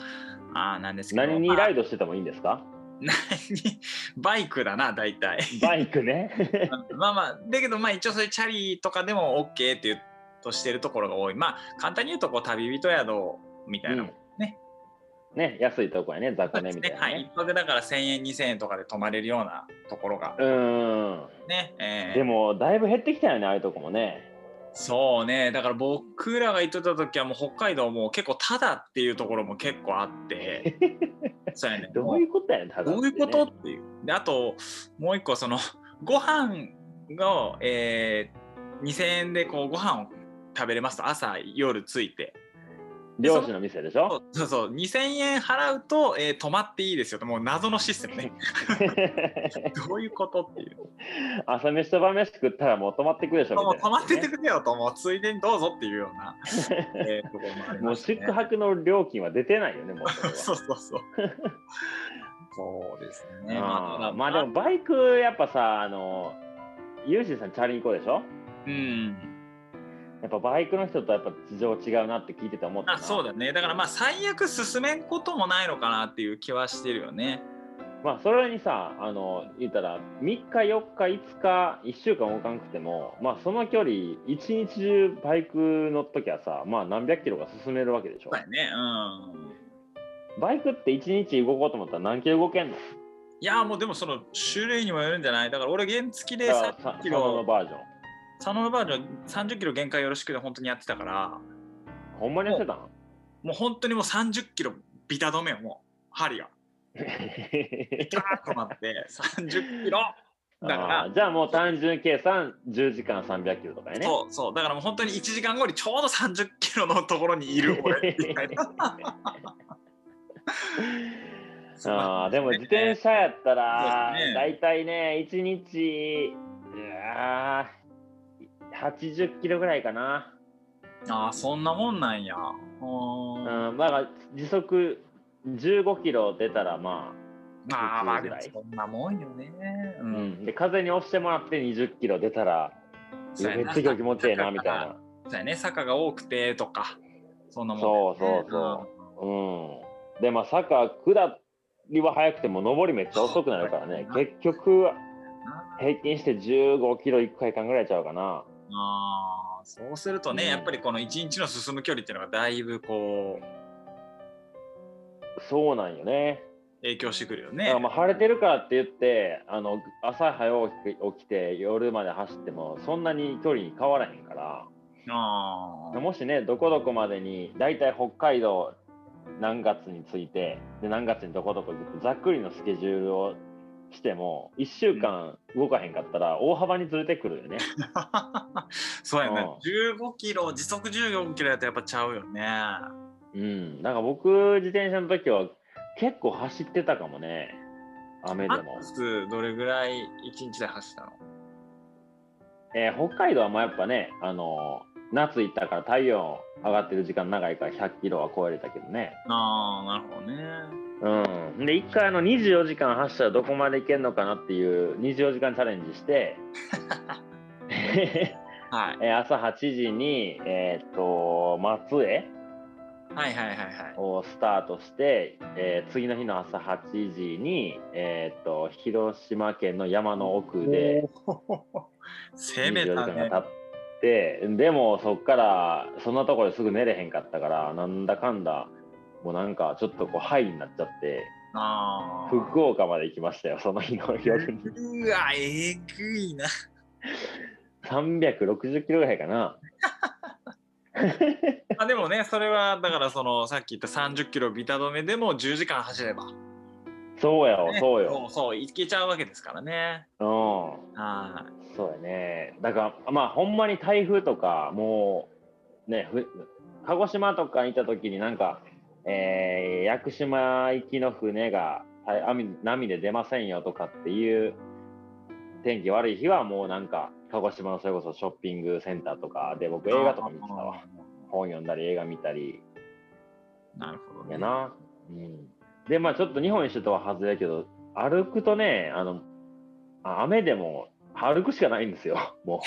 C: あなんですけど
B: 何にライ
C: ド、
B: ドしててもいいんですか
C: まあ何バイクだな大体
B: バイクね。
C: まあまあだけどまあ一応そういうチャリとかでも OK っていうとしてるところが多いまあ簡単に言うとこう旅人宿みたいなも んね
B: うんね、安いとこやね、雑
C: そ
B: 魚
C: うで
B: ね、
C: す
B: みた
C: ね
B: い
C: は、
B: ないね。
C: 一泊だから1000円、2000円とかで泊まれるようなところが
B: うーん。
C: ね、えー
B: でも、だいぶ減ってきたよね、ああいうとこもね。
C: そうね、だから僕らが行ってた時はもう北海道も結構ただっていうところも結構 あって、そうやね、
B: どういうことやねん、ただ
C: ど
B: ってね
C: ういうことっていう。で、あともう一個、その ご飯が、えー、2000円でこうご飯を食べれますと、朝、夜着いて。
B: 漁師の店でしょ
C: そうそう、2000円払うと、えー泊まっていいですよと、もう謎のシステ ムね。どういうことっていう。
B: 朝飯と晩飯食ったらもう泊まってくでしょみたいな、
C: もう泊まってってくれよと、もうついでにどうぞっていうよう な、えーところもあり
B: も
C: ま
B: う
C: したね
B: 宿泊の料金は出てないよね、もうそれ は。
C: そうそうそう。そうです
B: あ
C: ね。
B: ーまあ
C: ま
B: でもバイクやっぱさあのユーシーさんチャリンコでしょ
C: うん。
B: やっぱバイクの人とやっぱ事情違うなって聞いてて思ったな
C: あ、そうだね。だからまあ最悪進めんこともないのかなっていう気はしてるよね。
B: まあそれにさあの言ったら3日4日5日1週間動かなくてもまあその距離一日中バイク乗っときゃさまあ何百キロか進めるわけでしょ
C: そうだね。うん。
B: バイクって1日動こうと思ったら何キロ動けんの
C: いやもうでもその種類にもよるんじゃないだから俺原付きで
B: だからさ
C: 30キ
B: 佐野の
C: ロ
B: バージョン
C: 佐野のバージョン30キロ限界よろしくで本当にやってたから
B: ほんまにやって たの
C: もう本当にもう30キロビタ止めよもう針がビターッとなって30キロだから
B: あーじゃあもう単純計算10時間300キロとかやね
C: そうそうだからもう本当に1時間後にちょうど30キロのところにいる俺みたいな
B: あーでも自転車やったら
C: そうですね
B: 大体ね1日うわー80キロぐらいかな、
C: ああそんなもんなんやうーん
B: うん、まあ時速15キロ出たらま
C: まあまあでも
B: 普通ぐ
C: そんなもんよねう
B: あ、
C: ん、
B: で風に押してもらって20キロ出たら
C: そうや
B: め
C: な
B: っちゃ今日気持ちいいなみたいな
C: そうやね坂が多くてとかそんなもんだよ
B: そうそう
C: う
B: そ、
C: ん
B: う、うん、でまあ坂下りは速くても上りめっちゃ遅くなるからね
C: そう
B: 結局平均して15キロ1回間ぐらいちゃうかな
C: あーそうするとね、
B: うん
C: やっぱりこの1日の進む距離っていうのがだいぶこう
B: そうなんよね
C: 影響してくるよ
B: だか
C: ね
B: ら。まあ晴れてるからって言ってあの朝早起き起きて夜まで走ってもそんなに距離変わらへんから
C: あー
B: もしねどこどこまでに大体北海道何月に着いてで何月にどこどこ行くってざっくりのスケジュールをしても1週間動かへんかったら大幅にずれてくるよね。
C: そうやね
B: う
C: 15キロ時速15キロやとやっぱちゃうよね。
B: うん、なんか僕自転車の時は結構走ってたかもね雨で
C: マッ
B: も
C: ク。スどれぐらい1日で走ったの
B: えー北海道はまあやっぱね、あのー夏行ったから太陽上がってる時間長いから100キロは超えれたけどね。
C: ああなるほどね。
B: うん、で一回あの24時間走ったらどこまで行けるのかなっていう24時間チャレンジして、え
C: はい、
B: ー朝8時に、えーっと松江
C: はいはいはいはい。
B: をスタートして、えー次の日の朝8時に、えーっと広島県の山の奥で。
C: 攻めた
B: 24時間
C: ね。
B: 経ってでもそっからそんなところですぐ寝れへんかったからなんだかんだもうなんかちょっとこうハイになっちゃって
C: あー
B: 福岡まで行きましたよその日の夜に
C: うわえぐいな。
B: 360キロぐらいかな
C: あでもねそれはだからそのさっき言った30キロビタ止めでも10時間走れば、
B: そうや
C: ね
B: わそうよ
C: そうそういけちゃうわけですからね
B: う
C: は
B: んそうやねだからまあほんまに台風とかもうねふ鹿児島とかにいた時になんか、えー屋久島行きの船がはい網波で出ませんよとかっていう天気悪い日はもうなんか鹿児島のそれこそショッピングセンターとかで僕
C: い
B: 映画とか見てたわ本読んだり映画見たり
C: なるほどね
B: やな、うん、でまあちょっと日本一周とは外れやけど歩くとねあのあ雨でも歩くしかないんですよ も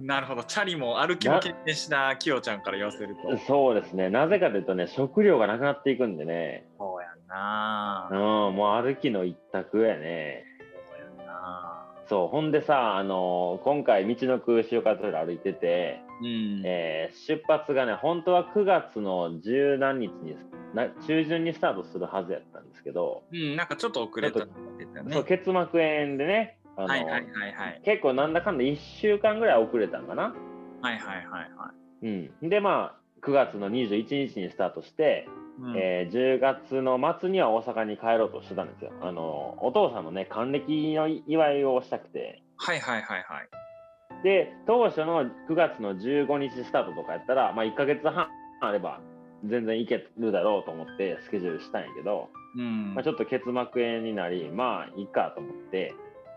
C: なるほどチャリも歩きも経験したきよちゃんから言わせると
B: うそうですねなぜかというとね食料がなくなっていくんでね
C: そうやん
B: うん
C: な
B: もう歩きの一択やね
C: そうやんな
B: そうほんでさあの今回道の空潮風路歩いてて、
C: うん、
B: えー出発がね本当は9月の十何日にな中旬にスタートするはずやったんですけど、
C: うん、なんかちょっと遅れた
B: ちょ
C: って言ったよね
B: そう結膜炎でねあの、
C: はいはいはいはい
B: 結構なんだかんだ1週間ぐらい遅れたんかな。
C: はいはいはいは
B: うん、でまあ9月の21日にスタートして、
C: い、うん
B: えー10月の末には大阪に帰ろうとしてたんですよ。あのお父さんのね還暦の祝いをしたくて。
C: はいはいはいはい
B: で当初の9月の15日スタートとかやったら、まあ、1ヶ月半あれば全然いけるだろうと思ってスケジュールしたんやけど、
C: うん
B: まあ、ちょっと結膜炎になりまあいいかと思って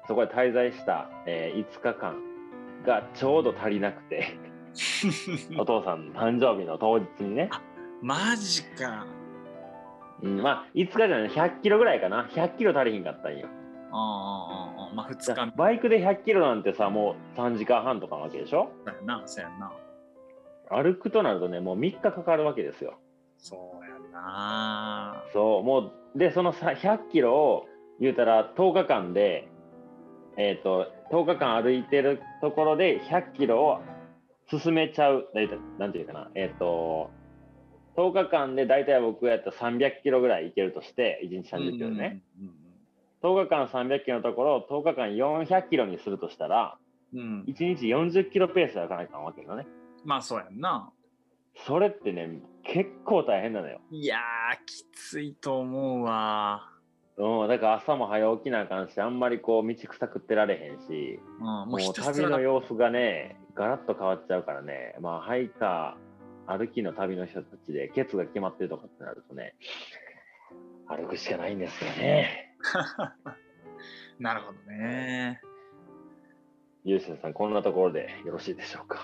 B: そこで滞在した、えー5日間がちょうど足りなくて。 お父さんの誕生日の当日にね、
C: マジか
B: うん、まあ5日じゃない100キロぐらいかな100キロ足りひんかったんよ
C: ああああまあ2日目
B: バイクで100キロなんてさもう3時間半とかなわけでしょ
C: だよなそうやんな
B: 歩くとなるとねもう3日かかるわけですよ
C: そうやんな
B: そうもうでそのさ100キロを言うたら10日間でえっ、と10日間歩いてるところで100キロを進めちゃうだいたいなんていうかなえっ、と10日間で大体僕やったら300キロぐらい行けるとして1日30キロね、
C: うんうん
B: 10日間300キロのところを10日間400キロにするとしたら
C: うんうん、うん、
B: 1日40キロペースで歩かないといけないわけよね
C: まあそうやんな
B: それってね結構大変なのよ、
C: いやーきついと思うわ
B: うん、だから朝も早起きなあかんしあんまりこう道臭くってられへんし
C: うんも
B: も
C: うひ
B: う
C: たす
B: 旅
C: らだ
B: の様子がねガラッと変わっちゃうからねまあハイカー歩きの旅の人たちでケツが決まってるとかってなるとね歩くしかないんですよね
C: なるほどね
B: ゆうせいさんこんなところでよろしいでしょうか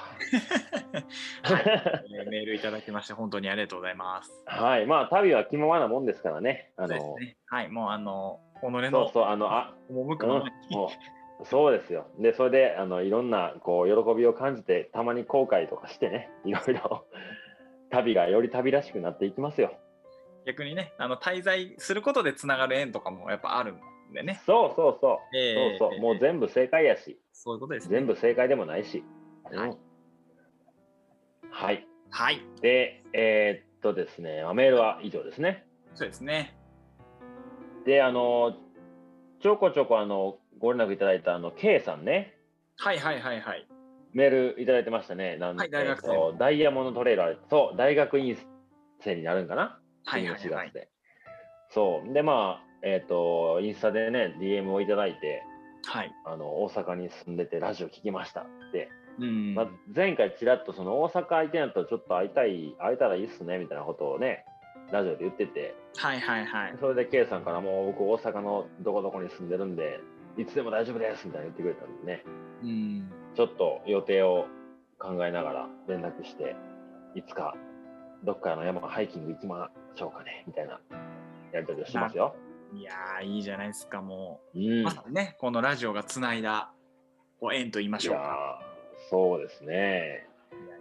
C: えーメールいただきまして本当にありがとうございます。
B: はいまあ旅は気ままなもんですからねあ
C: そうで
B: の
C: すね。はい、もうあの己の
B: そうそうあのあ
C: 赴く
B: うん
C: ままに、
B: もうそうですよ。で、それであのいろんなこう喜びを感じて、たまに後悔とかしてね、いろいろ旅がより旅らしくなっていきますよ。
C: 逆にねあの滞在することでつながる縁とかもやっぱあるんでね。
B: そうそうそう。
C: えー
B: そうそう。もう全部正解やし、
C: そういうことですね。
B: 全部正解でもないし。うん
C: はい
B: はい。
C: はい、
B: で、えーっとですね、まあメールは以上ですね。
C: そうですね。
B: で、あの、ちょこちょこあのご連絡いただいたあの K さんね、
C: はいはいはいはい。
B: メールいただいてましたね。なん
C: はい大学生
B: えっとダイヤモンドトレイルあれ、そう、大学院生になるんかな
C: はいはい
B: 次の
C: は
B: 4
C: い
B: 月。で。そう。で、まあ、えっ、と、インスタでね、DM をいただいて、
C: はい。
B: あの、大阪に住んでてラジオ聞きましたって。
C: うん。
B: まあ、前回ちらっとその大阪相手やったらちょっと会いたい、会えたらいいっすね、みたいなことをね、ラジオで言ってて、
C: はいはいはい。
B: それで K さんからもう僕大阪のどこどこに住んでるんで、いつでも大丈夫です、みたいな言ってくれたんでね、
C: うん。
B: ちょっと予定を考えながら連絡して、いつかどっかの山ハイキング行きましょうかね、みたいなやり取りをしてますよ。
C: いやーいいじゃないですかも
B: うん
C: う。まさにねこのラジオがつないだこう縁と言いましょう
B: いや
C: か。
B: ーそうですね。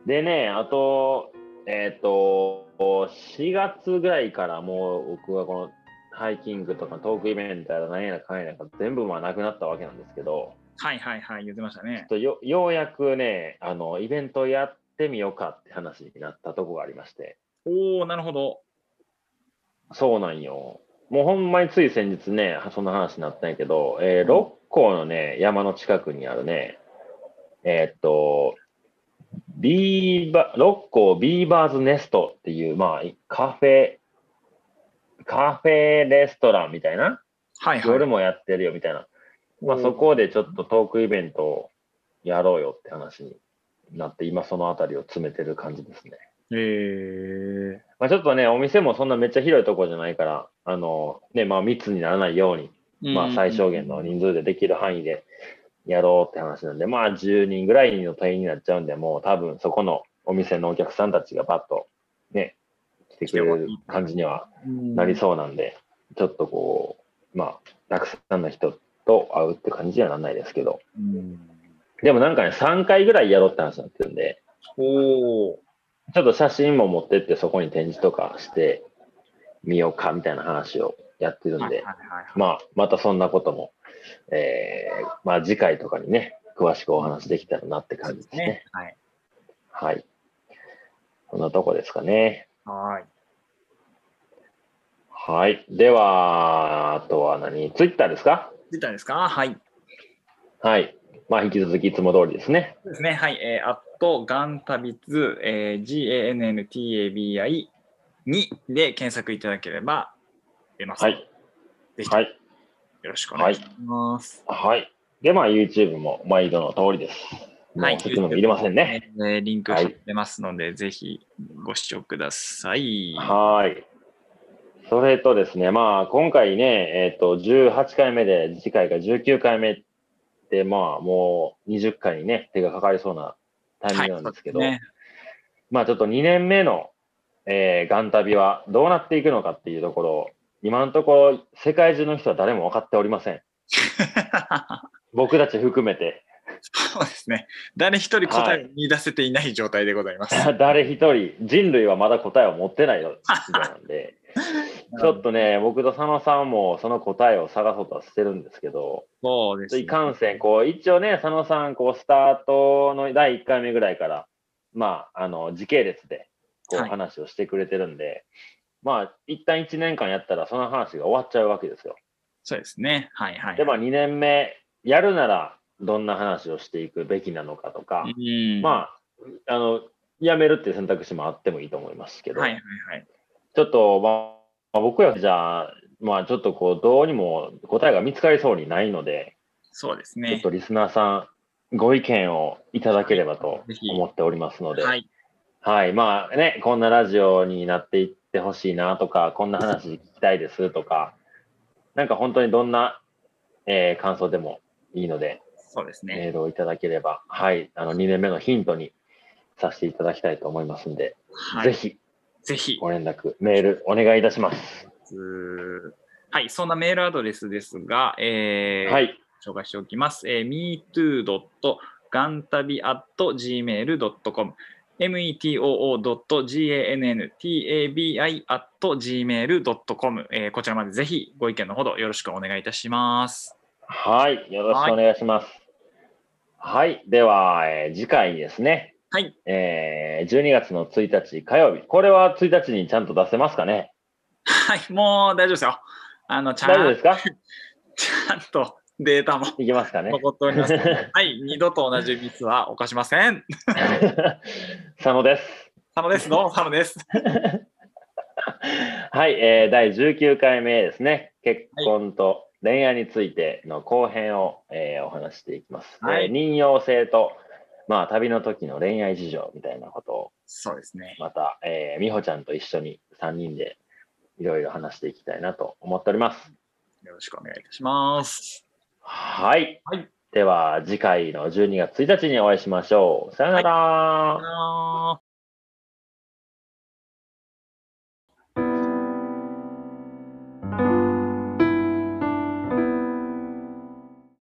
B: でね、あと、えっ、と、4月ぐらいからもう僕はこのハイキングとかトークイベントやら何やらかんやらか全部まあなくなったわけなんですけど、
C: はいはいはい言ってました
B: ちょ
C: ね
B: っ。とよようやくね、あの、イベントやってみようかって話になったとこがありまして、
C: おおなるほど。
B: そうなんよ。もうほんまについ先日ね、そんな話になったんやけど、えー六甲のね、山の近くにあるね、えーっと、ビーバ六甲ビーバーズネストっていう、まあ、いカフェ、カフェレストランみたいな、
C: はいはい。
B: 夜もやってるよみたいな、まあ、
C: うん
B: そこでちょっとトークイベントをやろうよって話になって、今そのあたりを詰めてる感じですね。
C: え
B: まあ、ちょっとね、お店もそんなめっちゃ広いとこじゃないから、あの、ね、まあ密にならないように、
C: ー
B: まあ最小限の人数でできる範囲でやろうって話なんで、まあ10人ぐらいの定員になっちゃうんで、もう多分そこのお店のお客さんたちがパッとね、来てくれる感じにはなりそうなんで、ちょっとこう、まあ、たくさんの人と会うって感じにはならないですけど、
C: うん。
B: でもなんかね、3回ぐらいやろうって話になってるんで、
C: おお。
B: ちょっと写真も持ってって、そこに展示とかしてみようかみたいな話をやってるんで、
C: はいはいはいはい。
B: まあ、またそんなことも、えーまあ、次回とかにね、詳しくお話できたらなって
C: そう
B: 感じ
C: です
B: ですね。
C: ね。はい。
B: はい。こんなとこですかね。
C: はい。
B: はい。では、あとは何ツイッターですか
C: 出たですかはい。
B: はい。まあ、引き続きいつも通りですね。
C: そうですね。はい。えー、アットガンタビツ、えー、GANNTABI2 で検索いただければ出ます。
B: は。い。
C: ぜひ、
B: はい。
C: よろしくお願いします。
B: はい。で、まあ、YouTube も毎度の通りです。
C: は
B: も
C: い。
B: う説明もいりませんね。
C: えー。リンク貼ってますので、ぜひご視聴ください。
B: はい。それとですね、まあ、今回ね、えっ、と、18回目で、次回が19回目で、まあ、もう20回にね、手がかかりそうなタイミングなんですけど、
C: はいそうで
B: まあ、ちょっと2年目の、えーガン旅はどうなっていくのかっていうところを、今のところ、世界中の人は誰も分かっておりません。僕たち含めて、
C: そうですね。誰一人答えを見出せていない状態でございます。
B: 誰一人、人類はまだ答えを持ってないよなん で、ちょっとね、僕と佐野さんもその答えを探そうとはしてるんですけど、
C: そうで
B: いかんせん、こう、一応ね、佐野さん、こう、スタートの第1回目ぐらいから、まあ、あの、時系列で、こう、
C: はい
B: 話をしてくれてるんで、まあ、一旦1年間やったら、その話が終わっちゃうわけですよ。
C: そうですね。はいはい。
B: で、まあ、2年目、やるなら、どんな話をしていくべきなのかとか、
C: うん、あ、
B: まあ、あの、やめるっていう選択肢もあってもいいと思いますけど、
C: はいはいはい。
B: ちょっと、まあまあ、僕らじゃあ、まあ、ちょっとこう、どうにも答えが見つかりそうにないので、
C: そうです
B: ちょっ
C: ね。
B: とリスナーさん、ご意見をいただければと
C: ぜひ
B: 思っておりますので、は、
C: はいい。
B: まあね、こんなラジオになっていってほしいなとか、こんな話聞きたいですとか、なんか本当にどんな、えー感想でもいいので、
C: そうですね。
B: メールをいただければ、はい、あの2年目のヒントにさせていただきたいと思いますんで、
C: は
B: ぜ
C: い。
B: ひ
C: ぜひ。
B: ご連絡、メールお願いいたします。
C: はい。そんなメールアドレスですが、えー
B: はい、
C: 紹介しておきます。えー、metoo.gantabi.gmail.com metoo.gantabi.gmail.com、えー、こちらまでぜひご意見のほどよろしくお願いいたします。
B: はい、よろしくお願いします。はい、では、えー次回ですね、
C: はい。
B: えー、12月の1日火曜日、これは1日にちゃんと出せますかね
C: はい。もう大丈夫ですよ。あの、ちゃ
B: 大丈夫で
C: ん
B: すか
C: ちゃんとデータも
B: いきますか ね
C: 残っており ますので。はい。二度と同じミスは犯しません。
B: 佐野です。
C: 佐野です。どうも佐野です。
B: はい、えー第19回目ですね、結婚と恋愛についての後編を、えーお話していきます。
C: はい
B: えー妊用性と、まあ、旅の時の恋愛事情みたいなことを、
C: そうですね。
B: また、えー美穂ちゃんと一緒に3人でいろいろ話していきたいなと思っております。
C: よろしくお願いいたします。
B: はい。
C: はい
B: では次回の12月1日にお会いしましょう。さよなら。
C: あのー